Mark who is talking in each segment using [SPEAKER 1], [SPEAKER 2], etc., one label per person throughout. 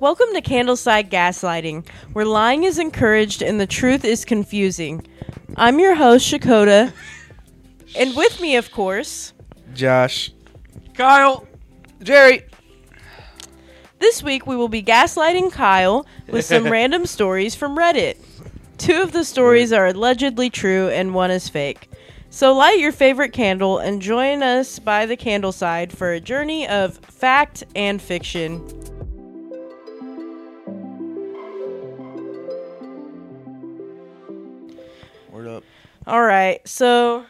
[SPEAKER 1] Welcome to Candleside Gaslighting, where lying is encouraged and the truth is confusing. I'm your host, Shakota, and with me, of course,
[SPEAKER 2] Josh,
[SPEAKER 3] Kyle.
[SPEAKER 2] Jerry.
[SPEAKER 1] this week we will be gaslighting Kyle with some random stories from Reddit. Two of the stories are allegedly true and one is fake. So light your favorite candle and join us by the candleside for a journey of fact and fiction.
[SPEAKER 2] Word up.
[SPEAKER 1] All right, so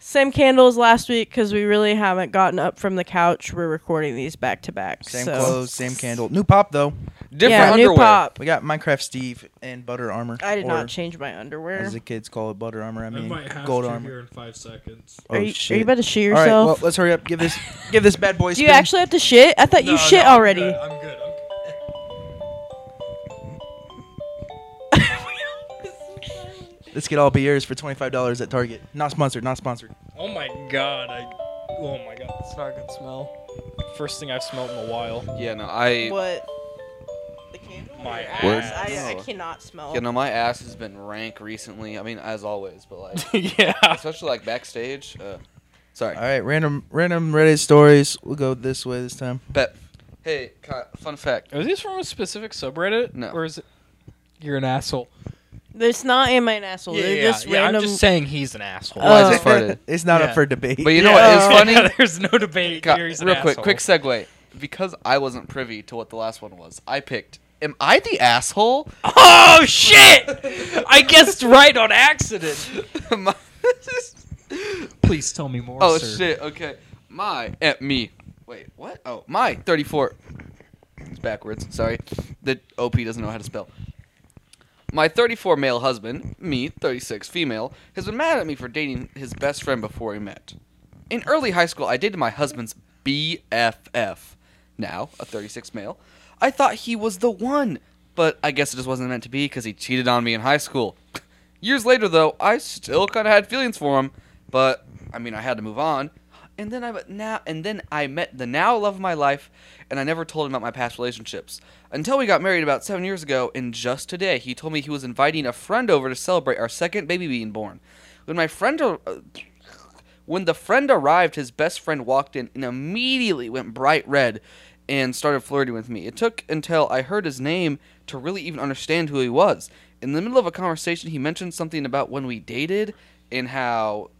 [SPEAKER 1] same candles last week because we really haven't gotten up from the couch. We're recording these back to back.
[SPEAKER 2] Same
[SPEAKER 1] so.
[SPEAKER 2] clothes, same candle. New pop though.
[SPEAKER 3] Different
[SPEAKER 1] yeah,
[SPEAKER 3] underwear.
[SPEAKER 1] new pop.
[SPEAKER 2] We got Minecraft Steve and butter armor.
[SPEAKER 1] I did
[SPEAKER 2] or,
[SPEAKER 1] not change my underwear.
[SPEAKER 2] As the kids call it, butter armor. I
[SPEAKER 4] I
[SPEAKER 2] mean,
[SPEAKER 4] might have
[SPEAKER 2] gold
[SPEAKER 4] to
[SPEAKER 2] armor.
[SPEAKER 4] here in five seconds.
[SPEAKER 2] Oh
[SPEAKER 1] are, you,
[SPEAKER 2] shit!
[SPEAKER 1] are you about to shit
[SPEAKER 2] All right, well,
[SPEAKER 1] yourself?
[SPEAKER 2] let's hurry up. Give this, give this bad boy.
[SPEAKER 1] Do you
[SPEAKER 2] spin.
[SPEAKER 1] actually have to shit? I thought you
[SPEAKER 4] No,
[SPEAKER 1] shit
[SPEAKER 4] no, I'm
[SPEAKER 1] already.
[SPEAKER 4] good, I'm good. I'm good.
[SPEAKER 2] Let's get all be yours for twenty five dollars at Target. Not sponsored. Not sponsored.
[SPEAKER 4] Oh my god! I. Oh my god! It's not a good smell. First thing I've smelled in a while.
[SPEAKER 3] Yeah, no, I.
[SPEAKER 1] What? The candle?
[SPEAKER 4] My
[SPEAKER 1] Your ass?
[SPEAKER 3] Word.
[SPEAKER 1] I, I
[SPEAKER 3] No.
[SPEAKER 1] cannot smell.
[SPEAKER 3] Yeah, no, my ass has been rank recently. I mean, as always, but like,
[SPEAKER 4] yeah.
[SPEAKER 3] especially like backstage. Uh, sorry.
[SPEAKER 2] All right, random, random Reddit stories. We'll go this way this time.
[SPEAKER 3] Bet. Hey, Kyle, fun fact.
[SPEAKER 4] Are these from a specific subreddit?
[SPEAKER 3] No.
[SPEAKER 4] Or is it? You're an asshole.
[SPEAKER 1] It's not in my asshole. They're just random.
[SPEAKER 4] I'm just saying he's an asshole.
[SPEAKER 1] Uh, Oh.
[SPEAKER 3] I just farted.
[SPEAKER 2] it's not up
[SPEAKER 4] Yeah.
[SPEAKER 2] for debate.
[SPEAKER 3] But you know what? It's
[SPEAKER 1] Yeah.
[SPEAKER 3] funny.
[SPEAKER 4] There's no debate.
[SPEAKER 3] Kyle,
[SPEAKER 4] Gary's an
[SPEAKER 3] real quick,
[SPEAKER 4] asshole.
[SPEAKER 3] quick segue. Because I wasn't privy to what the last one was, I picked. Am I the asshole?
[SPEAKER 4] Oh shit! I guessed right on accident.
[SPEAKER 3] My-
[SPEAKER 4] Please tell me more.
[SPEAKER 3] oh
[SPEAKER 4] sir.
[SPEAKER 3] shit. Okay. My eh, me. Wait, what? Oh, my 34. It's backwards. Sorry. The OP doesn't know how to spell. My 34 male husband, me 36 female, has been mad at me for dating his best friend before we met. In early high school, I dated my husband's BFF, now a 36 male. I thought he was the one, but I guess it just wasn't meant to be because he cheated on me in high school. Years later, though, I still kind of had feelings for him, but I mean, I had to move on. And then I but now and then I met the now love of my life, and I never told him about my past relationships until we got married about seven years ago. And just today, he told me he was inviting a friend over to celebrate our second baby being born. When my friend, ar- uh, when the friend arrived, his best friend walked in and immediately went bright red and started flirting with me. It took until I heard his name to really even understand who he was. In the middle of a conversation, he mentioned something about when we dated and how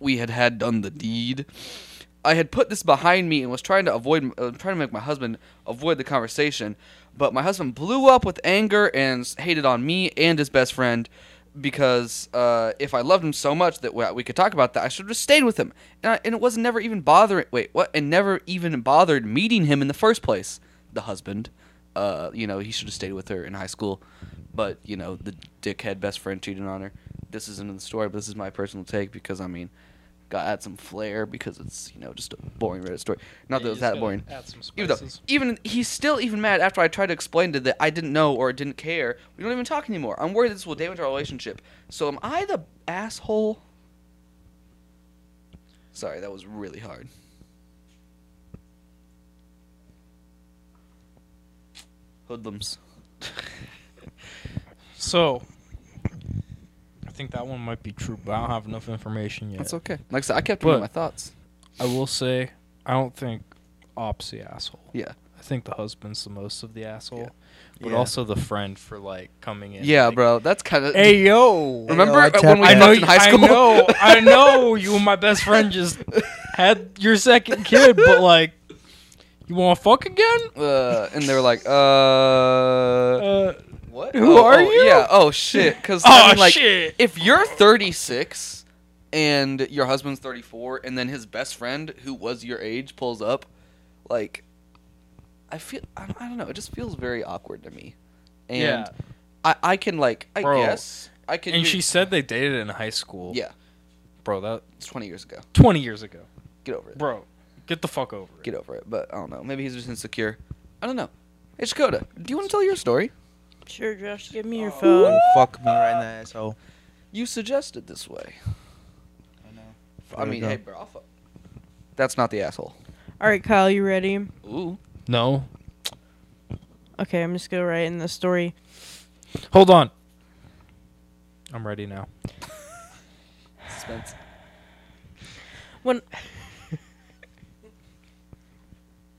[SPEAKER 3] we had had done the deed. I had put this behind me and was trying to avoid, uh, trying to make my husband avoid the conversation, but my husband blew up with anger and s- hated on me and his best friend because uh, if I loved him so much that we we could talk about that, I should have stayed with him. And, I, and it was never even bothering. Wait, what? And never even bothered meeting him in the first place. The husband, uh, you know, he should have stayed with her in high school, but you know, the dickhead best friend cheated on her. This isn't in the story, but this is my personal take because I mean got add some flair because it's you know just a boring Reddit story. Not
[SPEAKER 4] Yeah,
[SPEAKER 3] that it was
[SPEAKER 4] you just
[SPEAKER 3] that
[SPEAKER 4] gotta
[SPEAKER 3] boring.
[SPEAKER 4] add some
[SPEAKER 3] Even though,
[SPEAKER 4] spices.
[SPEAKER 3] even he's still even mad after I tried to explain to that I didn't know or didn't care. We don't even talk anymore. I'm worried this will damage our relationship. So am I the asshole? Sorry, that was really hard. Hoodlums.
[SPEAKER 4] So, I think that one might be true, but I don't have enough information yet.
[SPEAKER 3] That's okay. Like I said, I kept reading my
[SPEAKER 4] But-
[SPEAKER 3] thoughts.
[SPEAKER 4] I will say, I don't think Op's the asshole.
[SPEAKER 3] Yeah.
[SPEAKER 4] I think the husband's the most of the asshole, but
[SPEAKER 2] Yeah.
[SPEAKER 4] also the friend for like coming in.
[SPEAKER 3] Yeah,
[SPEAKER 4] like,
[SPEAKER 3] bro. That's kind of.
[SPEAKER 4] Hey yo,
[SPEAKER 3] Remember
[SPEAKER 2] I
[SPEAKER 3] when
[SPEAKER 2] tapped
[SPEAKER 3] we
[SPEAKER 2] out.
[SPEAKER 4] I know,
[SPEAKER 3] fucked in
[SPEAKER 4] you,
[SPEAKER 3] high school?
[SPEAKER 4] I know, I know. You and my best friend just had your second kid, but like, you want to fuck again?
[SPEAKER 3] uh, and they were like, uh,
[SPEAKER 4] Uh,
[SPEAKER 3] what?
[SPEAKER 4] who
[SPEAKER 3] Oh,
[SPEAKER 4] are
[SPEAKER 3] oh,
[SPEAKER 4] you?
[SPEAKER 3] Yeah. Oh shit. Because
[SPEAKER 4] oh
[SPEAKER 3] like,
[SPEAKER 4] shit!
[SPEAKER 3] if you're 36 and your husband's 34, and then his best friend, who was your age, pulls up, like, I feel, I, I don't know, it just feels very awkward to me. And
[SPEAKER 4] Yeah.
[SPEAKER 3] I, I can like, I
[SPEAKER 4] Bro.
[SPEAKER 3] guess I can.
[SPEAKER 4] and
[SPEAKER 3] do-
[SPEAKER 4] she said they dated in high school.
[SPEAKER 3] yeah,
[SPEAKER 4] bro, that
[SPEAKER 3] it's 20 years ago.
[SPEAKER 4] twenty years ago.
[SPEAKER 3] Get over it.
[SPEAKER 4] Bro, get the fuck over it.
[SPEAKER 3] Get over it. But I don't know. Maybe he's just insecure. I don't know. Hey, Shkoda, do you want to tell your story?
[SPEAKER 1] sure, Josh, give me your phone.
[SPEAKER 2] fuck me right in the asshole.
[SPEAKER 3] You suggested this way.
[SPEAKER 2] I know.
[SPEAKER 3] I
[SPEAKER 2] There we
[SPEAKER 3] mean,
[SPEAKER 2] go.
[SPEAKER 3] hey, bro. I'll fu- That's not the asshole.
[SPEAKER 1] All right, Kyle, you ready?
[SPEAKER 3] Ooh.
[SPEAKER 4] No.
[SPEAKER 1] Okay, I'm just gonna write in the story.
[SPEAKER 4] Hold on. I'm ready now.
[SPEAKER 3] Suspense.
[SPEAKER 1] When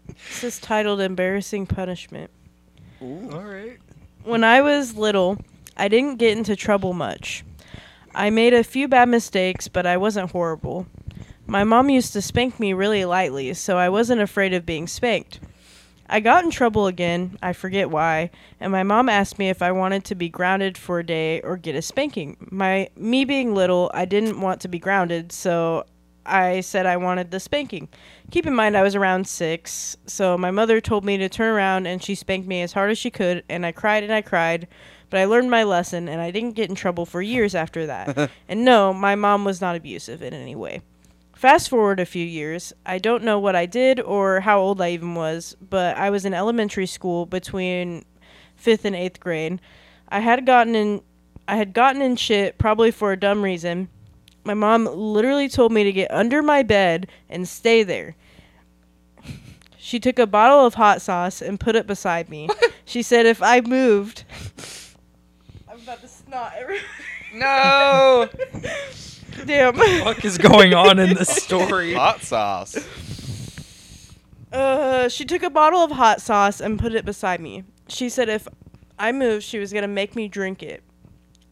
[SPEAKER 1] this is titled "Embarrassing Punishment."
[SPEAKER 4] All right.
[SPEAKER 1] When I was little, I didn't get into trouble much. I made a few bad mistakes, but I wasn't horrible. My mom used to spank me really lightly, so I wasn't afraid of being spanked. I got in trouble again, I forget why, and my mom asked me if I wanted to be grounded for a day or get a spanking. My me being little, I didn't want to be grounded, so I said I wanted the spanking. Keep in mind I was around 6, so my mother told me to turn around and she spanked me as hard as she could and I cried and I cried, but I learned my lesson and I didn't get in trouble for years after that. and no, my mom was not abusive in any way. Fast forward a few years, I don't know what I did or how old I even was, but I was in elementary school between 5th and 8th grade. I had gotten in I had gotten in shit probably for a dumb reason. My mom literally told me to get under my bed and stay there. She took a bottle of hot sauce and put it beside me. she said if I moved I'm about to snot everywhere.
[SPEAKER 3] No.
[SPEAKER 1] Damn.
[SPEAKER 4] What is going on in this story?
[SPEAKER 3] Hot sauce.
[SPEAKER 1] Uh, she took a bottle of hot sauce and put it beside me. She said if I moved, she was going to make me drink it.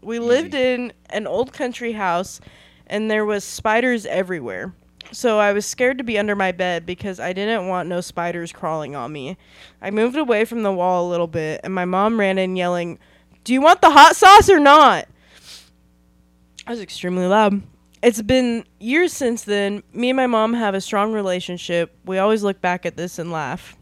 [SPEAKER 1] We lived in an old country house and there was spiders everywhere. So I was scared to be under my bed because I didn't want no spiders crawling on me. I moved away from the wall a little bit and my mom ran in yelling, "Do you want the hot sauce or not?" That was extremely loud. It's been years since then. Me and my mom have a strong relationship. We always look back at this and laugh.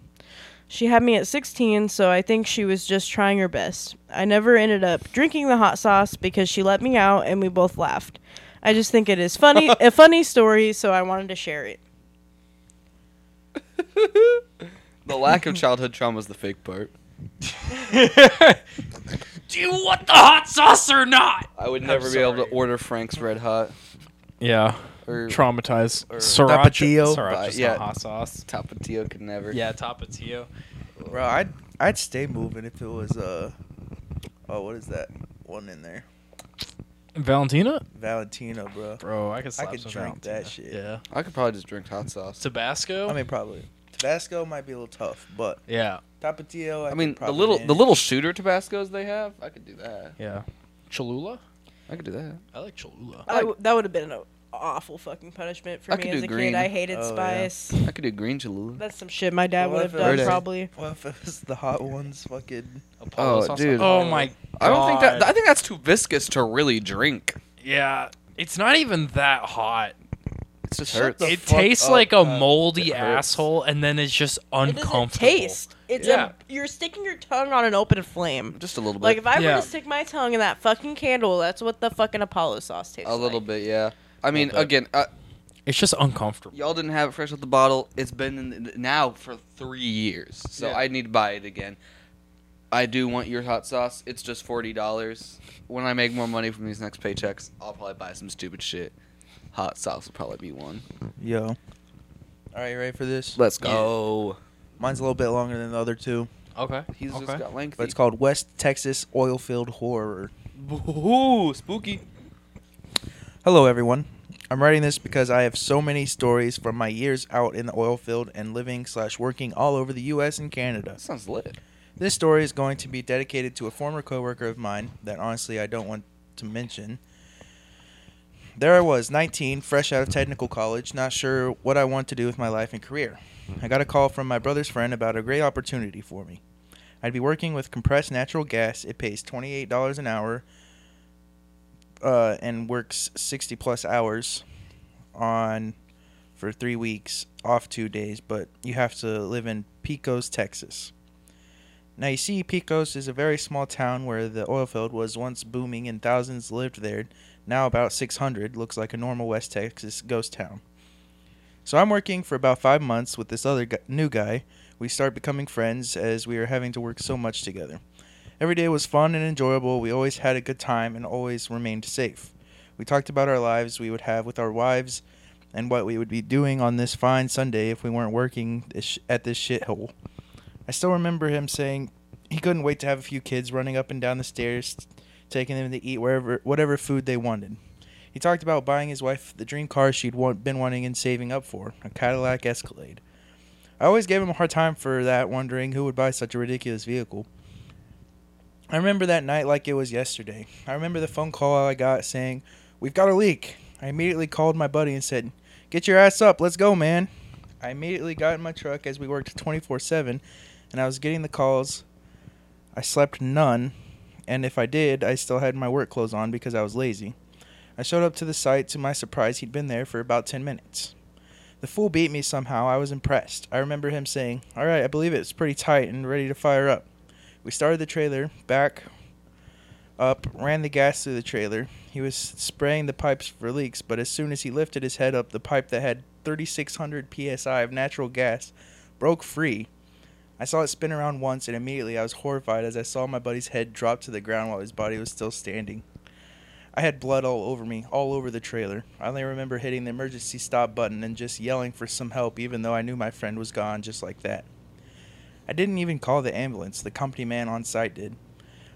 [SPEAKER 1] She had me at 16, so I think she was just trying her best. I never ended up drinking the hot sauce because she let me out and we both laughed. I just think it is funny, a funny story, so I wanted to share it.
[SPEAKER 3] The lack of childhood trauma is the fake part.
[SPEAKER 4] Do you want the hot sauce or not?
[SPEAKER 3] I would never be able to order Frank's Red Hot
[SPEAKER 4] Yeah.
[SPEAKER 3] or
[SPEAKER 4] Traumatized.
[SPEAKER 3] Or-
[SPEAKER 4] Sriracha.
[SPEAKER 2] Tapatio.
[SPEAKER 4] Sriracha's
[SPEAKER 3] Uh, er, yeah.
[SPEAKER 4] not hot sauce.
[SPEAKER 3] Tapatio could never.
[SPEAKER 4] Yeah, tapatio.
[SPEAKER 2] Bro, I'd I'd stay moving if it was uh oh what is that one in there?
[SPEAKER 4] Valentina?
[SPEAKER 2] Valentina, bro.
[SPEAKER 4] Bro, I could slap
[SPEAKER 2] could
[SPEAKER 4] some
[SPEAKER 2] drink
[SPEAKER 4] Valentina.
[SPEAKER 2] that shit.
[SPEAKER 4] Yeah.
[SPEAKER 3] I could probably just drink hot sauce.
[SPEAKER 4] Tabasco?
[SPEAKER 2] I mean probably Tabasco might be a little tough, but
[SPEAKER 4] yeah.
[SPEAKER 2] Tapatio. I,
[SPEAKER 3] I
[SPEAKER 2] could
[SPEAKER 3] mean, the
[SPEAKER 2] probably
[SPEAKER 3] little the
[SPEAKER 2] manage.
[SPEAKER 3] little shooter Tabascos they have, I could do that.
[SPEAKER 4] Yeah. Cholula?
[SPEAKER 3] I could do that.
[SPEAKER 4] I like Cholula.
[SPEAKER 1] I w- that would have been an awful fucking punishment for
[SPEAKER 3] I
[SPEAKER 1] me
[SPEAKER 3] could
[SPEAKER 1] as
[SPEAKER 3] do
[SPEAKER 1] a
[SPEAKER 3] green.
[SPEAKER 1] kid. I hated
[SPEAKER 2] Oh, yeah.
[SPEAKER 1] spice.
[SPEAKER 3] I could do green Cholula.
[SPEAKER 1] That's some shit my dad
[SPEAKER 2] Well,
[SPEAKER 1] would
[SPEAKER 2] if
[SPEAKER 1] have
[SPEAKER 2] it
[SPEAKER 1] done
[SPEAKER 3] was-
[SPEAKER 1] probably.
[SPEAKER 2] Well, if it was the hot ones, fucking.
[SPEAKER 4] Apollo
[SPEAKER 3] Oh,
[SPEAKER 4] sauce.
[SPEAKER 3] dude.
[SPEAKER 4] Oh my god.
[SPEAKER 3] I don't think that. I think that's too viscous to really drink.
[SPEAKER 4] yeah. It's not even that hot.
[SPEAKER 3] It's just
[SPEAKER 2] Shut
[SPEAKER 3] hurts.
[SPEAKER 2] the
[SPEAKER 4] it
[SPEAKER 2] fuck
[SPEAKER 4] tastes
[SPEAKER 2] up,
[SPEAKER 4] like a
[SPEAKER 2] man.
[SPEAKER 4] moldy
[SPEAKER 3] It hurts.
[SPEAKER 4] asshole and then it's just
[SPEAKER 1] It doesn't
[SPEAKER 4] uncomfortable.
[SPEAKER 1] taste. It's
[SPEAKER 4] Yeah.
[SPEAKER 1] a, you're sticking your tongue on an open flame.
[SPEAKER 3] just a little bit.
[SPEAKER 1] Like if I
[SPEAKER 4] Yeah.
[SPEAKER 1] were to stick my tongue in that fucking candle, that's what the fucking Apollo sauce tastes
[SPEAKER 3] a little
[SPEAKER 1] like.
[SPEAKER 3] bit, yeah. I mean,
[SPEAKER 4] Little bit.
[SPEAKER 3] again, uh,
[SPEAKER 4] It's just uncomfortable.
[SPEAKER 3] y'all didn't have it fresh out the bottle. It's been in the, now for three years, so
[SPEAKER 2] Yeah.
[SPEAKER 3] I need to buy it again. I do want your hot sauce. It's just forty dollars. When I make more money from these next paychecks, I'll probably buy some stupid shit. Hot sauce will probably be one.
[SPEAKER 2] Yo. All right, you ready for this?
[SPEAKER 3] Let's go.
[SPEAKER 2] Mine's a little bit longer than the other two,
[SPEAKER 4] Okay.
[SPEAKER 3] He's
[SPEAKER 4] okay.
[SPEAKER 3] just got lengthy.
[SPEAKER 2] but it's called West Texas Oil Field Horror.
[SPEAKER 3] Ooh, spooky.
[SPEAKER 2] Hello, everyone. I'm writing this because I have so many stories from my years out in the oil field and living slash working all over the U.S. and Canada.
[SPEAKER 3] That sounds lit.
[SPEAKER 2] This story is going to be dedicated to a former coworker of mine that honestly I don't want to mention. There I was, 19, fresh out of technical college, not sure what I want to do with my life and career. I got a call from my brother's friend about a great opportunity for me. I'd be working with compressed natural gas. It pays $28 an hour uh, and works 60 plus hours on for 3 weeks, off 2 days, but you have to live in Pecos, Texas. Now, you see, Pecos is a very small town where the oil field was once booming and thousands lived there. Now, about 600 looks like a normal West Texas ghost town. So, I'm working for about five months with this other gu- new guy. We start becoming friends as we are having to work so much together. Every day was fun and enjoyable. We always had a good time and always remained safe. We talked about our lives we would have with our wives and what we would be doing on this fine Sunday if we weren't working this sh- at this shithole. I still remember him saying, he couldn't wait to have a few kids running up and down the stairs, taking them to eat wherever whatever food they wanted. He talked about buying his wife the dream car she'd want, been wanting and saving up for, a Cadillac Escalade. I always gave him a hard time for that, wondering who would buy such a ridiculous vehicle. I remember that night like it was yesterday. I remember the phone call I got saying, We've got a leak. I immediately called my buddy and said, Get your ass up. Let's go, man. I immediately got in my truck as we worked 24 7, and I was getting the calls. I slept none, and if I did, I still had my work clothes on because I was lazy. I showed up to the site. To my surprise, he'd been there for about 10 minutes. The fool beat me somehow. I was impressed. I remember him saying, All right, I believe it's pretty tight and ready to fire up. We started the trailer, back up, ran the gas through the trailer. He was spraying the pipes for leaks, but as soon as he lifted his head up, the pipe that had 3,600 psi of natural gas broke free. I saw it spin around once, and immediately I was horrified as I saw my buddy's head drop to the ground while his body was still standing. I had blood all over me, all over the trailer. I only remember hitting the emergency stop button and just yelling for some help, even though I knew my friend was gone just like that. I didn't even call the ambulance, the company man on site did.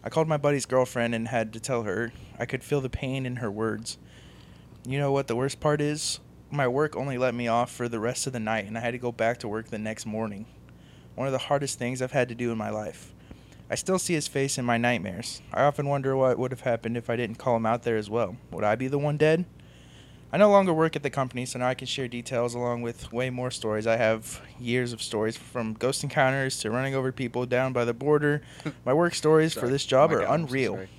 [SPEAKER 2] I called my buddy's girlfriend and had to tell her. I could feel the pain in her words. You know what the worst part is? My work only let me off for the rest of the night, and I had to go back to work the next morning. One of the hardest things I've had to do in my life. I still see his face in my nightmares. I often wonder what would have happened if I didn't call him out there as well. Would I be the one dead? I no longer work at the company, so now I can share details along with way more stories. I have years of stories from ghost encounters to running over people down by the border. My work stories for
[SPEAKER 3] Sorry.
[SPEAKER 2] this job
[SPEAKER 3] Oh my
[SPEAKER 2] are
[SPEAKER 3] God, I'm so
[SPEAKER 2] unreal.
[SPEAKER 3] sorry.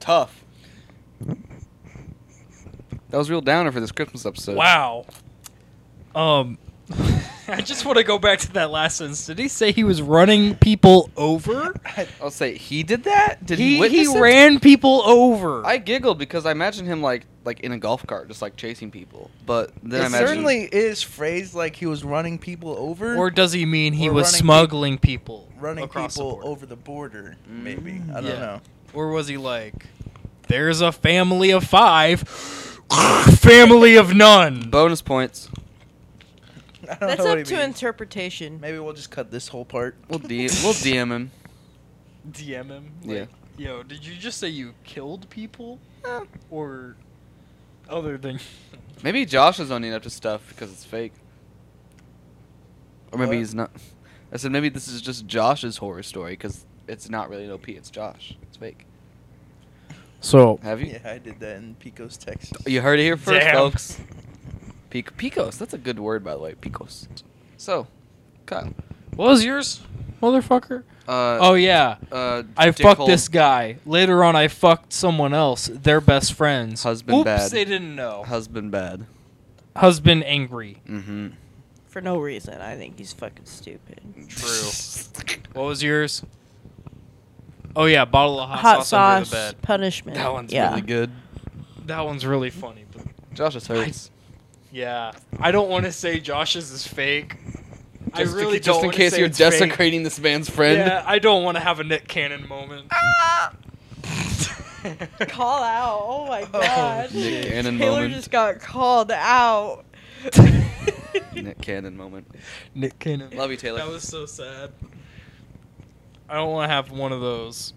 [SPEAKER 3] Tough. That was real downer for this Christmas episode.
[SPEAKER 4] Wow. Um, I just want to go back to that last sentence. Did he say he was running people over?
[SPEAKER 3] I'll say he did that. Did he?
[SPEAKER 4] he
[SPEAKER 3] witness it?
[SPEAKER 4] ran people over.
[SPEAKER 3] I giggled because I imagine him like like in a golf cart, just like chasing people. But then I
[SPEAKER 2] It
[SPEAKER 3] imagine
[SPEAKER 2] certainly is phrased like he was running people over,
[SPEAKER 4] or does he mean he
[SPEAKER 2] Or
[SPEAKER 4] was
[SPEAKER 2] running
[SPEAKER 4] smuggling people
[SPEAKER 2] running
[SPEAKER 4] across the
[SPEAKER 2] people
[SPEAKER 4] border?
[SPEAKER 2] over the border. Maybe I don't
[SPEAKER 4] Yeah.
[SPEAKER 2] know.
[SPEAKER 4] Or was he like, there's a family of five, family of none?
[SPEAKER 3] bonus points.
[SPEAKER 2] I don't
[SPEAKER 1] That's
[SPEAKER 2] know what
[SPEAKER 1] up
[SPEAKER 2] he
[SPEAKER 1] to
[SPEAKER 2] means.
[SPEAKER 1] interpretation.
[SPEAKER 2] Maybe we'll just cut this whole part.
[SPEAKER 3] We'll D we'll DM him.
[SPEAKER 4] DM him.
[SPEAKER 3] like,
[SPEAKER 4] yeah. Yo, did you just say you killed people? Or other than.
[SPEAKER 3] Maybe Josh is owning up to stuff because it's fake. Or maybe
[SPEAKER 2] What?
[SPEAKER 3] he's not. I said maybe this is just Josh's horror story because it's not really an OP. It's Josh. It's fake.
[SPEAKER 4] So,
[SPEAKER 3] Have you?
[SPEAKER 2] Yeah, I did that in Pecos, Texas.
[SPEAKER 3] You heard it here first,
[SPEAKER 4] Damn.
[SPEAKER 3] folks. Pic- Picos. That's a good word, by the way. Picos. So, Kyle.
[SPEAKER 4] what was yours, motherfucker?
[SPEAKER 3] Uh,
[SPEAKER 4] oh, yeah.
[SPEAKER 3] uh,
[SPEAKER 4] I
[SPEAKER 3] Dick
[SPEAKER 4] fucked
[SPEAKER 3] Hole.
[SPEAKER 4] this guy. Later on, I fucked someone else. They're best friends.
[SPEAKER 3] Husband
[SPEAKER 4] Oops,
[SPEAKER 3] bad.
[SPEAKER 4] they didn't know.
[SPEAKER 3] husband bad.
[SPEAKER 4] Husband angry.
[SPEAKER 3] Mm-hmm.
[SPEAKER 1] For no reason. I think he's fucking stupid.
[SPEAKER 3] True.
[SPEAKER 4] What was yours? Oh yeah, bottle of hot,
[SPEAKER 1] Hot
[SPEAKER 4] sauce,
[SPEAKER 1] sauce,
[SPEAKER 4] under the
[SPEAKER 1] punishment.
[SPEAKER 4] That one's
[SPEAKER 1] yeah.
[SPEAKER 3] Really good.
[SPEAKER 4] bed. That one's really funny. But
[SPEAKER 3] Josh's hurts.
[SPEAKER 4] yeah, I don't want to say Josh's is fake. I
[SPEAKER 3] Just to-
[SPEAKER 4] really
[SPEAKER 3] just
[SPEAKER 4] don't.
[SPEAKER 3] in
[SPEAKER 4] wanna
[SPEAKER 3] case
[SPEAKER 4] say
[SPEAKER 3] you're
[SPEAKER 4] it's fake.
[SPEAKER 3] desecrating this man's friend.
[SPEAKER 4] Yeah, I don't want to have a Nick Cannon moment.
[SPEAKER 1] Call out. Oh my god.
[SPEAKER 3] Nick Cannon
[SPEAKER 1] Taylor
[SPEAKER 3] moment.
[SPEAKER 1] just got called out.
[SPEAKER 3] Nick Cannon moment.
[SPEAKER 4] Nick Cannon.
[SPEAKER 3] Love you, Taylor.
[SPEAKER 4] That was so sad. I don't want to have one of those.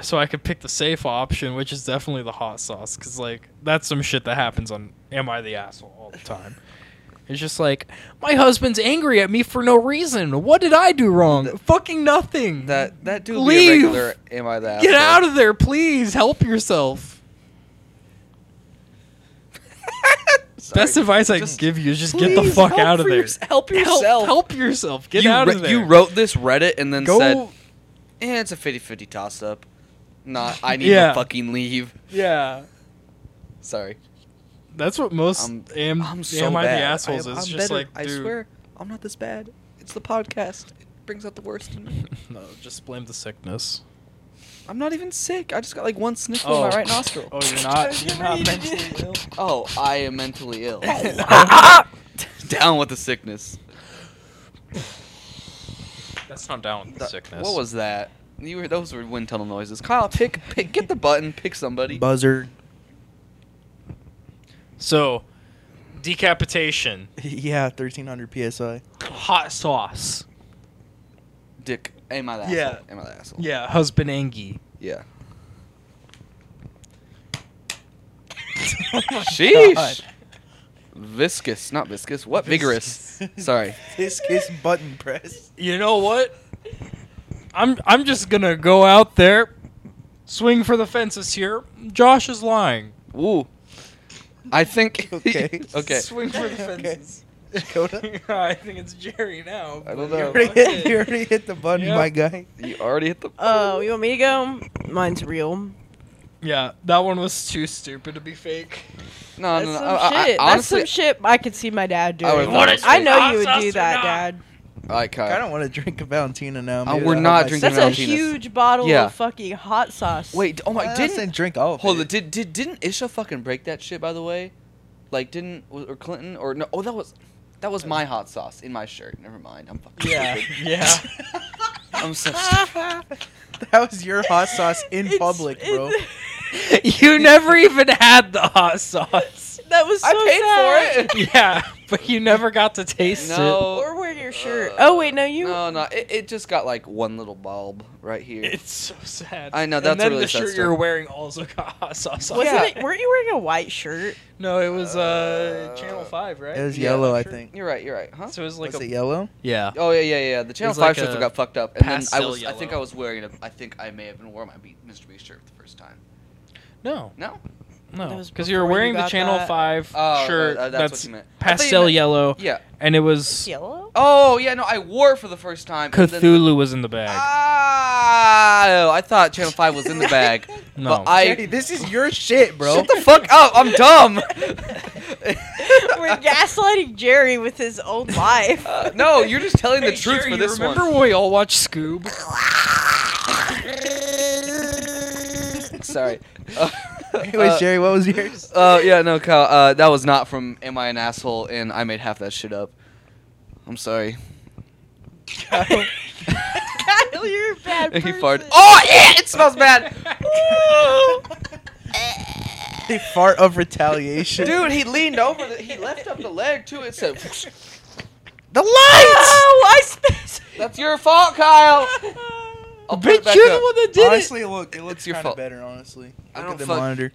[SPEAKER 4] So I could pick the safe option, which is definitely the hot sauce, because like that's some shit that happens on Am I the Asshole all the time. It's just like my husband's angry at me for no reason. What did I do wrong? Fucking nothing.
[SPEAKER 3] that that dude will
[SPEAKER 4] Leave.
[SPEAKER 3] be a regular. Am I that?
[SPEAKER 4] Get out of there, please. Help yourself. Best advice I can give you is just get the fuck out of there. Help,
[SPEAKER 3] help yourself.
[SPEAKER 4] help yourself. Get
[SPEAKER 3] you
[SPEAKER 4] out of
[SPEAKER 3] wr-
[SPEAKER 4] there.
[SPEAKER 3] You wrote this Reddit and then
[SPEAKER 4] Go.
[SPEAKER 3] said, eh, "It's a 50-50 toss up." Not. I need
[SPEAKER 4] Yeah.
[SPEAKER 3] to fucking leave.
[SPEAKER 4] Yeah.
[SPEAKER 3] Sorry.
[SPEAKER 4] That's what most
[SPEAKER 3] I'm-
[SPEAKER 4] am,
[SPEAKER 3] I'm so
[SPEAKER 4] am I
[SPEAKER 3] bad.
[SPEAKER 4] the assholes
[SPEAKER 3] I am-
[SPEAKER 4] is
[SPEAKER 3] I'm
[SPEAKER 4] just
[SPEAKER 3] better.
[SPEAKER 4] like,
[SPEAKER 3] I
[SPEAKER 4] dude,
[SPEAKER 3] swear, I'm not this bad. It's the podcast. It brings out the worst in me.
[SPEAKER 4] no, just blame the sickness.
[SPEAKER 3] I'm not even sick. I just got like one sniffle in my right nostril.
[SPEAKER 4] Oh, you're
[SPEAKER 1] not-
[SPEAKER 4] not,
[SPEAKER 1] you're
[SPEAKER 4] you're
[SPEAKER 1] not
[SPEAKER 4] not
[SPEAKER 1] mentally
[SPEAKER 4] mentally ill.
[SPEAKER 3] Oh, I am mentally ill. Down with the sickness.
[SPEAKER 4] That's not down with the
[SPEAKER 3] Th-
[SPEAKER 4] sickness.
[SPEAKER 3] What was that? You were those were wind tunnel noises. Kyle, pick, pick, get the button, pick somebody.
[SPEAKER 2] Buzzer.
[SPEAKER 4] so decapitation?
[SPEAKER 2] yeah, 1300 psi.
[SPEAKER 4] hot sauce.
[SPEAKER 3] Dick. Am I the
[SPEAKER 4] Yeah.
[SPEAKER 3] asshole? Am I the asshole?
[SPEAKER 4] Yeah, husband Engie.
[SPEAKER 3] Yeah.
[SPEAKER 2] Oh my
[SPEAKER 3] Sheesh.
[SPEAKER 2] God.
[SPEAKER 3] Viscous, not viscous. What vigorous? Sorry.
[SPEAKER 2] This is button press.
[SPEAKER 4] You know what? I'm I'm just gonna go out there, swing for the fences here. Josh is lying.
[SPEAKER 3] Ooh. I think.
[SPEAKER 2] Okay.
[SPEAKER 3] okay.
[SPEAKER 4] Swing for the
[SPEAKER 2] Okay.
[SPEAKER 4] fences.
[SPEAKER 2] Dakota?
[SPEAKER 4] I think it's Jerry now.
[SPEAKER 3] I
[SPEAKER 4] but
[SPEAKER 3] don't know.
[SPEAKER 2] You already, hit, you already hit the button,
[SPEAKER 4] Yep.
[SPEAKER 2] my guy.
[SPEAKER 3] You already hit the.
[SPEAKER 1] Oh, you want me to go? Mine's real.
[SPEAKER 4] Yeah, that one was too stupid to be fake.
[SPEAKER 3] no,
[SPEAKER 1] That's
[SPEAKER 3] no, no.
[SPEAKER 1] some
[SPEAKER 3] I, I-
[SPEAKER 1] shit.
[SPEAKER 3] honestly,
[SPEAKER 1] That's some shit I could see my dad doing.
[SPEAKER 3] I would've thought it was
[SPEAKER 1] I
[SPEAKER 3] fake.
[SPEAKER 1] know
[SPEAKER 4] Hot
[SPEAKER 1] you would
[SPEAKER 4] sauce
[SPEAKER 1] do
[SPEAKER 4] or
[SPEAKER 1] that,
[SPEAKER 4] not?
[SPEAKER 1] Dad.
[SPEAKER 3] I kind
[SPEAKER 2] I don't want to drink a Valentina now.
[SPEAKER 3] Uh,
[SPEAKER 2] Maybe
[SPEAKER 3] we're
[SPEAKER 2] that'll
[SPEAKER 3] not
[SPEAKER 2] help my
[SPEAKER 3] drinking
[SPEAKER 1] That's
[SPEAKER 2] stomach.
[SPEAKER 1] a
[SPEAKER 3] Valentinas.
[SPEAKER 1] huge bottle
[SPEAKER 3] Yeah.
[SPEAKER 1] of fucking hot sauce.
[SPEAKER 3] Wait, oh my,
[SPEAKER 2] I
[SPEAKER 3] didn't
[SPEAKER 2] didn't drink all of
[SPEAKER 3] hold
[SPEAKER 2] it.
[SPEAKER 3] on, did did didn't Isha fucking break that shit by the way? Like didn't or Clinton or no? Oh, that was that was my hot sauce in my shirt. Never mind, I'm fucking stupid.
[SPEAKER 4] yeah.
[SPEAKER 3] I'm so stupid.
[SPEAKER 2] that was your hot sauce in
[SPEAKER 1] It's-
[SPEAKER 2] public, bro.
[SPEAKER 1] it's-
[SPEAKER 4] you never even had the hot sauce.
[SPEAKER 1] that was so
[SPEAKER 3] I paid for it.
[SPEAKER 4] Yeah, but you never got to taste
[SPEAKER 3] No.
[SPEAKER 1] Or wear your shirt.
[SPEAKER 3] Uh,
[SPEAKER 1] oh wait, no, you.
[SPEAKER 3] No, no, it, it just got like one little bulb right here.
[SPEAKER 4] it. It's so sad.
[SPEAKER 3] I know, that's
[SPEAKER 4] and then
[SPEAKER 3] really
[SPEAKER 4] the
[SPEAKER 3] sad
[SPEAKER 4] shirt
[SPEAKER 3] story.
[SPEAKER 4] you're wearing also got hot sauce. on
[SPEAKER 1] Wasn't
[SPEAKER 3] Yeah.
[SPEAKER 4] it.
[SPEAKER 1] it? Weren't you wearing a white shirt?
[SPEAKER 4] No, it was uh,
[SPEAKER 3] Uh,
[SPEAKER 4] Channel Five, right?
[SPEAKER 2] It was
[SPEAKER 3] Yeah,
[SPEAKER 2] yellow, I
[SPEAKER 4] sure.
[SPEAKER 2] think.
[SPEAKER 3] You're right. You're right. Huh?
[SPEAKER 4] So it was like
[SPEAKER 2] was
[SPEAKER 4] a
[SPEAKER 2] it yellow?
[SPEAKER 4] yeah.
[SPEAKER 3] Oh yeah, yeah, yeah. The Channel
[SPEAKER 4] was
[SPEAKER 3] Five
[SPEAKER 4] like
[SPEAKER 3] shirt
[SPEAKER 4] a
[SPEAKER 3] got fucked up, and then I
[SPEAKER 4] pastel
[SPEAKER 3] was. I think I
[SPEAKER 4] yellow.
[SPEAKER 3] was wearing. A, I think I may have been wearing my Be- Mr. Beast shirt for the first time.
[SPEAKER 4] No,
[SPEAKER 3] No.
[SPEAKER 1] That
[SPEAKER 4] no,
[SPEAKER 1] was
[SPEAKER 4] because you were
[SPEAKER 1] before you
[SPEAKER 4] wearing the
[SPEAKER 1] got
[SPEAKER 4] Channel
[SPEAKER 1] that.
[SPEAKER 4] Five
[SPEAKER 3] Oh,
[SPEAKER 4] shirt.
[SPEAKER 3] uh, uh, that's what
[SPEAKER 4] that's
[SPEAKER 3] you meant. I thought you
[SPEAKER 4] pastel
[SPEAKER 3] meant-
[SPEAKER 4] yellow,
[SPEAKER 3] Yeah.
[SPEAKER 4] and it was
[SPEAKER 1] Yellow.
[SPEAKER 3] Oh yeah, no, I wore it for the first time. and then-
[SPEAKER 4] Cthulhu was in the bag.
[SPEAKER 3] Ah, I thought Channel Five was in the bag.
[SPEAKER 4] No,
[SPEAKER 3] But I
[SPEAKER 2] Jerry, this is your shit, bro.
[SPEAKER 3] shut the fuck up. I'm dumb.
[SPEAKER 1] We're gaslighting Jerry with his old life.
[SPEAKER 3] Uh, no, you're just telling the truth for this
[SPEAKER 4] remember
[SPEAKER 3] one.
[SPEAKER 4] when we all watched Scoob?
[SPEAKER 3] Sorry. Uh,
[SPEAKER 2] Anyways,
[SPEAKER 3] uh,
[SPEAKER 2] Jerry, what was yours?
[SPEAKER 3] uh, yeah, no, Kyle. Uh, that was not from "Am I an Asshole?" and I made half that shit up. I'm sorry.
[SPEAKER 1] Kyle, you're a bad
[SPEAKER 3] he
[SPEAKER 1] person.
[SPEAKER 3] farted. Oh yeah, it smells bad,
[SPEAKER 2] the fart of retaliation.
[SPEAKER 3] dude. He leaned over. The, he left up the leg too. It said,
[SPEAKER 2] the lights!
[SPEAKER 1] Oh, I spit.
[SPEAKER 3] "That's your fault, Kyle." Oh! I'll put it
[SPEAKER 4] Bitch,
[SPEAKER 3] back
[SPEAKER 4] you're
[SPEAKER 3] up.
[SPEAKER 4] the one that did
[SPEAKER 2] honestly, look, it looks
[SPEAKER 3] your
[SPEAKER 2] kind
[SPEAKER 3] fault.
[SPEAKER 2] of better, honestly.
[SPEAKER 3] I
[SPEAKER 2] Look
[SPEAKER 3] don't
[SPEAKER 2] at the
[SPEAKER 3] fuck-
[SPEAKER 2] monitor.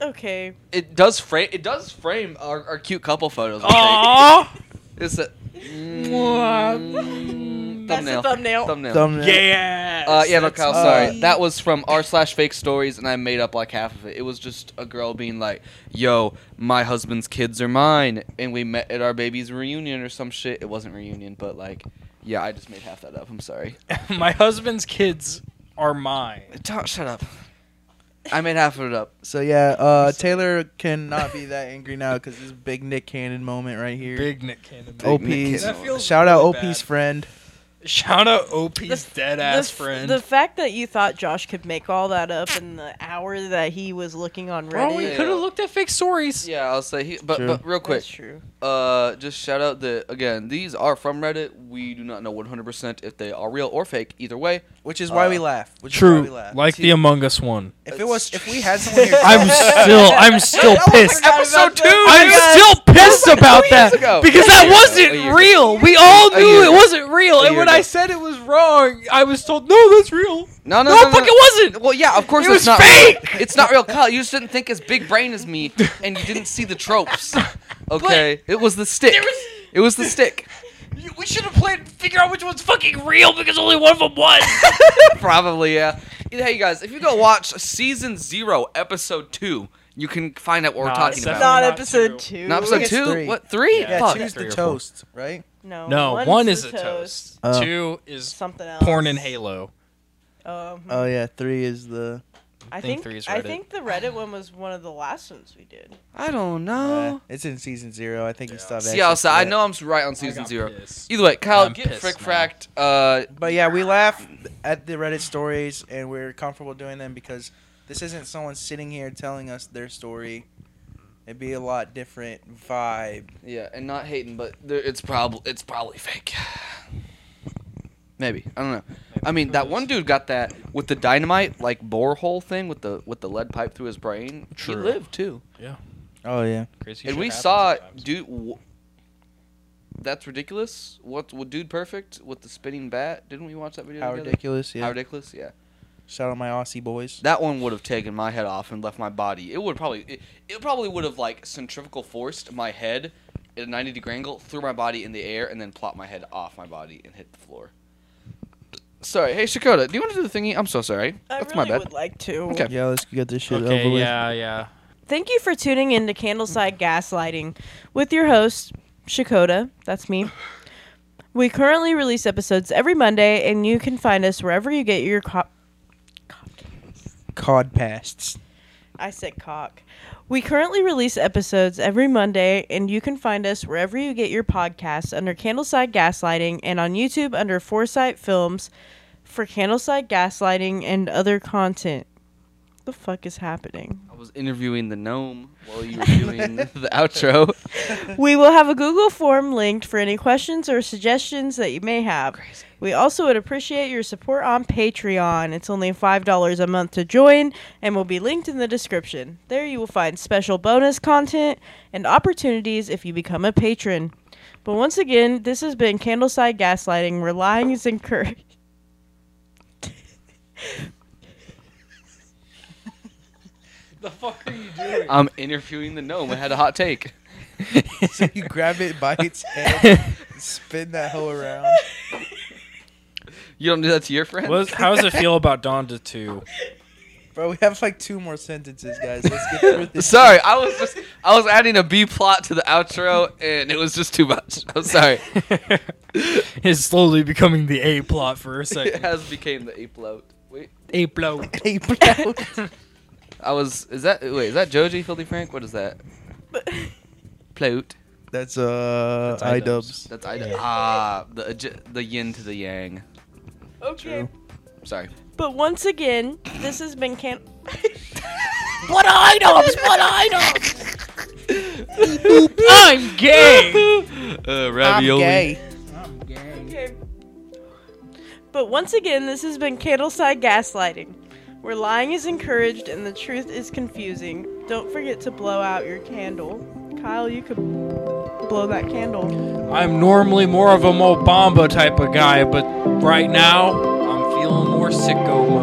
[SPEAKER 1] okay.
[SPEAKER 3] It does frame. It does frame our, our cute couple photos.
[SPEAKER 4] it.
[SPEAKER 3] I think.
[SPEAKER 4] Aw.
[SPEAKER 3] It's a mm,
[SPEAKER 4] What?
[SPEAKER 1] That's
[SPEAKER 3] thumbnail.
[SPEAKER 1] a thumbnail.
[SPEAKER 3] Thumbnail.
[SPEAKER 2] Thumbnail.
[SPEAKER 4] Yeah.
[SPEAKER 3] Uh, yeah, no, Kyle.
[SPEAKER 2] mine.
[SPEAKER 3] Sorry, that was from r slash fake stories, and I made up like half of it. It was just a girl being like, "Yo, my husband's kids are mine," and we met at our baby's reunion or some shit. It wasn't reunion, but like, yeah, I just made half that up. I'm sorry.
[SPEAKER 4] Uh, My husband's kids are mine.
[SPEAKER 3] Don't shut up. I made half of it up.
[SPEAKER 2] So yeah, uh, Taylor cannot be that angry now because this is big Nick Cannon moment right here.
[SPEAKER 4] Big Nick Cannon.
[SPEAKER 3] Big Nick
[SPEAKER 2] OP's
[SPEAKER 3] Cannon. That
[SPEAKER 4] feels
[SPEAKER 2] shout out
[SPEAKER 4] really
[SPEAKER 2] OP's
[SPEAKER 4] bad.
[SPEAKER 2] friend.
[SPEAKER 4] Shout out
[SPEAKER 1] The
[SPEAKER 4] OP's
[SPEAKER 1] f-
[SPEAKER 4] dead
[SPEAKER 1] the
[SPEAKER 4] ass
[SPEAKER 1] f-
[SPEAKER 4] friend.
[SPEAKER 1] The fact that you thought Josh could make all that up in the hour that he was looking on
[SPEAKER 4] Bro, we
[SPEAKER 1] Reddit.
[SPEAKER 3] Yeah.
[SPEAKER 4] could have looked at fake stories.
[SPEAKER 3] Yeah, I'll say. He, but
[SPEAKER 2] True.
[SPEAKER 3] but real quick,
[SPEAKER 1] That's true.
[SPEAKER 3] uh, just shout out that again. These are from Reddit. We do not know 100 percent if they are real or fake. Either way,
[SPEAKER 2] Which is why
[SPEAKER 3] Uh,
[SPEAKER 2] we laugh. Which is why we laugh.
[SPEAKER 4] like
[SPEAKER 3] the
[SPEAKER 4] Among Us one.
[SPEAKER 2] if it was, if we had someone here,
[SPEAKER 4] I'm still, I'm still pissed.
[SPEAKER 3] episode two.
[SPEAKER 4] I'm
[SPEAKER 3] nigga!
[SPEAKER 4] still pissed about that
[SPEAKER 3] ago.
[SPEAKER 4] because
[SPEAKER 3] A
[SPEAKER 4] that
[SPEAKER 3] year ago,
[SPEAKER 4] wasn't
[SPEAKER 3] a year ago.
[SPEAKER 4] real. We all
[SPEAKER 3] A year
[SPEAKER 4] knew it
[SPEAKER 3] ago.
[SPEAKER 4] wasn't real,
[SPEAKER 3] A
[SPEAKER 4] and
[SPEAKER 3] year
[SPEAKER 4] when
[SPEAKER 3] ago.
[SPEAKER 4] I said it was wrong, I was told, "No, that's real."
[SPEAKER 3] No,
[SPEAKER 4] No,
[SPEAKER 3] no, no,
[SPEAKER 4] fuck, it wasn't.
[SPEAKER 3] Well, yeah, of course
[SPEAKER 4] It
[SPEAKER 3] it's
[SPEAKER 4] was
[SPEAKER 3] not
[SPEAKER 4] fake!
[SPEAKER 3] Real. It's not real, Kyle. You just didn't think as big brain as me, and you didn't see the tropes. Okay, it was the stick.
[SPEAKER 4] was-
[SPEAKER 3] It was the stick.
[SPEAKER 4] You- We should have played, figure out which one's fucking real because only one of them was.
[SPEAKER 3] Probably, yeah. Hey, you guys, if you go watch season zero, episode two, you can find out what we're
[SPEAKER 4] Nah,
[SPEAKER 3] talking
[SPEAKER 4] it's
[SPEAKER 3] about.
[SPEAKER 1] Not,
[SPEAKER 4] Not
[SPEAKER 1] episode
[SPEAKER 4] true.
[SPEAKER 1] two.
[SPEAKER 3] Not episode
[SPEAKER 2] It's
[SPEAKER 3] two.
[SPEAKER 2] three.
[SPEAKER 3] What three?
[SPEAKER 4] Yeah,
[SPEAKER 2] yeah,
[SPEAKER 3] Fuck.
[SPEAKER 2] two's
[SPEAKER 4] Three
[SPEAKER 2] the
[SPEAKER 4] or four.
[SPEAKER 2] toast, right?
[SPEAKER 1] No.
[SPEAKER 4] no,
[SPEAKER 1] one's
[SPEAKER 4] one is
[SPEAKER 1] the
[SPEAKER 4] a toast.
[SPEAKER 2] Oh.
[SPEAKER 4] Two is
[SPEAKER 1] Something else.
[SPEAKER 4] porn and Halo.
[SPEAKER 1] Um,
[SPEAKER 2] Oh yeah, three is the.
[SPEAKER 1] I
[SPEAKER 4] think
[SPEAKER 1] think
[SPEAKER 4] three is
[SPEAKER 1] I
[SPEAKER 4] Reddit.
[SPEAKER 1] think the Reddit one was one of the last ones we did.
[SPEAKER 3] I don't
[SPEAKER 2] Uh,
[SPEAKER 3] know.
[SPEAKER 2] it's in season zero. I think you
[SPEAKER 4] Yeah.
[SPEAKER 2] still have
[SPEAKER 3] See,
[SPEAKER 2] access
[SPEAKER 3] also,
[SPEAKER 2] to
[SPEAKER 3] I
[SPEAKER 2] that.
[SPEAKER 3] know I'm right on
[SPEAKER 4] I
[SPEAKER 3] season
[SPEAKER 4] got
[SPEAKER 3] zero.
[SPEAKER 4] pissed.
[SPEAKER 3] Either way, Kyle,
[SPEAKER 4] I'm
[SPEAKER 3] get
[SPEAKER 4] pissed
[SPEAKER 3] frick
[SPEAKER 4] now.
[SPEAKER 3] fracked. Uh,
[SPEAKER 2] But yeah, we laugh at the Reddit stories, and we're comfortable doing them because this isn't someone sitting here telling us their story. It'd be a lot different vibe.
[SPEAKER 3] Yeah, and not hating, but there, it's probably it's probably fake. Maybe I don't know. I mean, that one dude got that with the dynamite like borehole thing with the with the lead pipe through his brain. He
[SPEAKER 4] True.
[SPEAKER 3] lived too,
[SPEAKER 2] Oh yeah,
[SPEAKER 4] Crazy
[SPEAKER 3] and
[SPEAKER 4] shit
[SPEAKER 3] we
[SPEAKER 4] happens
[SPEAKER 3] saw
[SPEAKER 4] sometimes.
[SPEAKER 3] dude. W- that's ridiculous. What with Dude Perfect with the spinning bat? Didn't we watch that video?
[SPEAKER 2] How
[SPEAKER 3] together?
[SPEAKER 2] ridiculous! Yeah.
[SPEAKER 3] How ridiculous! Yeah,
[SPEAKER 2] Shout out my Aussie boys.
[SPEAKER 3] that one would have taken my head off and left my body. It would probably it, it probably would have like centrifugal forced my head at a ninety degree angle through my body in the air and then plopped my head off my body and hit the floor. Sorry, hey Shakota, do you want to do the thingy? I'm so sorry.
[SPEAKER 1] I really
[SPEAKER 3] that's my bad.
[SPEAKER 1] would like to.
[SPEAKER 3] Okay.
[SPEAKER 2] Yeah, let's get this shit
[SPEAKER 4] okay,
[SPEAKER 2] over with.
[SPEAKER 4] yeah, yeah.
[SPEAKER 1] Thank you for tuning in to Candleside Gaslighting with your host, Shakota. That's me. We currently release episodes every Monday, and you can find us wherever you get your co-
[SPEAKER 2] Cod pasts.
[SPEAKER 1] I said cock. We currently release episodes every Monday, and you can find us wherever you get your podcasts under Candleside Gaslighting and on YouTube under Foresight Films for Candleside Gaslighting and other content. The fuck is happening?
[SPEAKER 3] I was interviewing the gnome while you were doing the outro.
[SPEAKER 1] we will have a Google form linked for any questions or suggestions that you may have. We also would appreciate your support on Patreon. It's only $5 a month to join and will be linked in the description. There you will find special bonus content and opportunities if you become a patron. But once again, this has been Candleside Gaslighting, where lying is encouraged.
[SPEAKER 4] The fuck are you doing?
[SPEAKER 3] I'm interviewing the gnome. I had a hot take.
[SPEAKER 2] so you grab it by its head, spin that hoe around.
[SPEAKER 3] You don't do that to your friends?
[SPEAKER 4] how does it feel about Donda 2?
[SPEAKER 2] Bro, we have like two more sentences, guys. Let's get through this.
[SPEAKER 3] Sorry, I was just I was adding a B plot to the outro and it was just too much. I'm sorry.
[SPEAKER 4] it's slowly becoming the A plot for a
[SPEAKER 3] it
[SPEAKER 4] second.
[SPEAKER 3] has became the A plot. Wait.
[SPEAKER 4] A plot.
[SPEAKER 2] Hey, bro.
[SPEAKER 3] I was is that wait, is that Joji Filthy Frank? What is that? Plot.
[SPEAKER 2] That's uh
[SPEAKER 4] That's
[SPEAKER 2] iDubbbz.
[SPEAKER 4] iDubbbz.
[SPEAKER 3] That's I ah the adj- the yin to the yang.
[SPEAKER 1] okay.
[SPEAKER 3] Sorry.
[SPEAKER 1] But once again, this has been Can.
[SPEAKER 3] What items? What items?
[SPEAKER 4] I'm gay!
[SPEAKER 3] uh,
[SPEAKER 2] I'm
[SPEAKER 3] ravioli.
[SPEAKER 2] gay.
[SPEAKER 1] Okay. But once again, this has been Candleside Gaslighting, where lying is encouraged and the truth is confusing. Don't forget to blow out your candle. Kyle, you could blow that candle.
[SPEAKER 4] I'm normally more of a Mo Bamba type of guy, but right now, I'm feeling more sicko mode.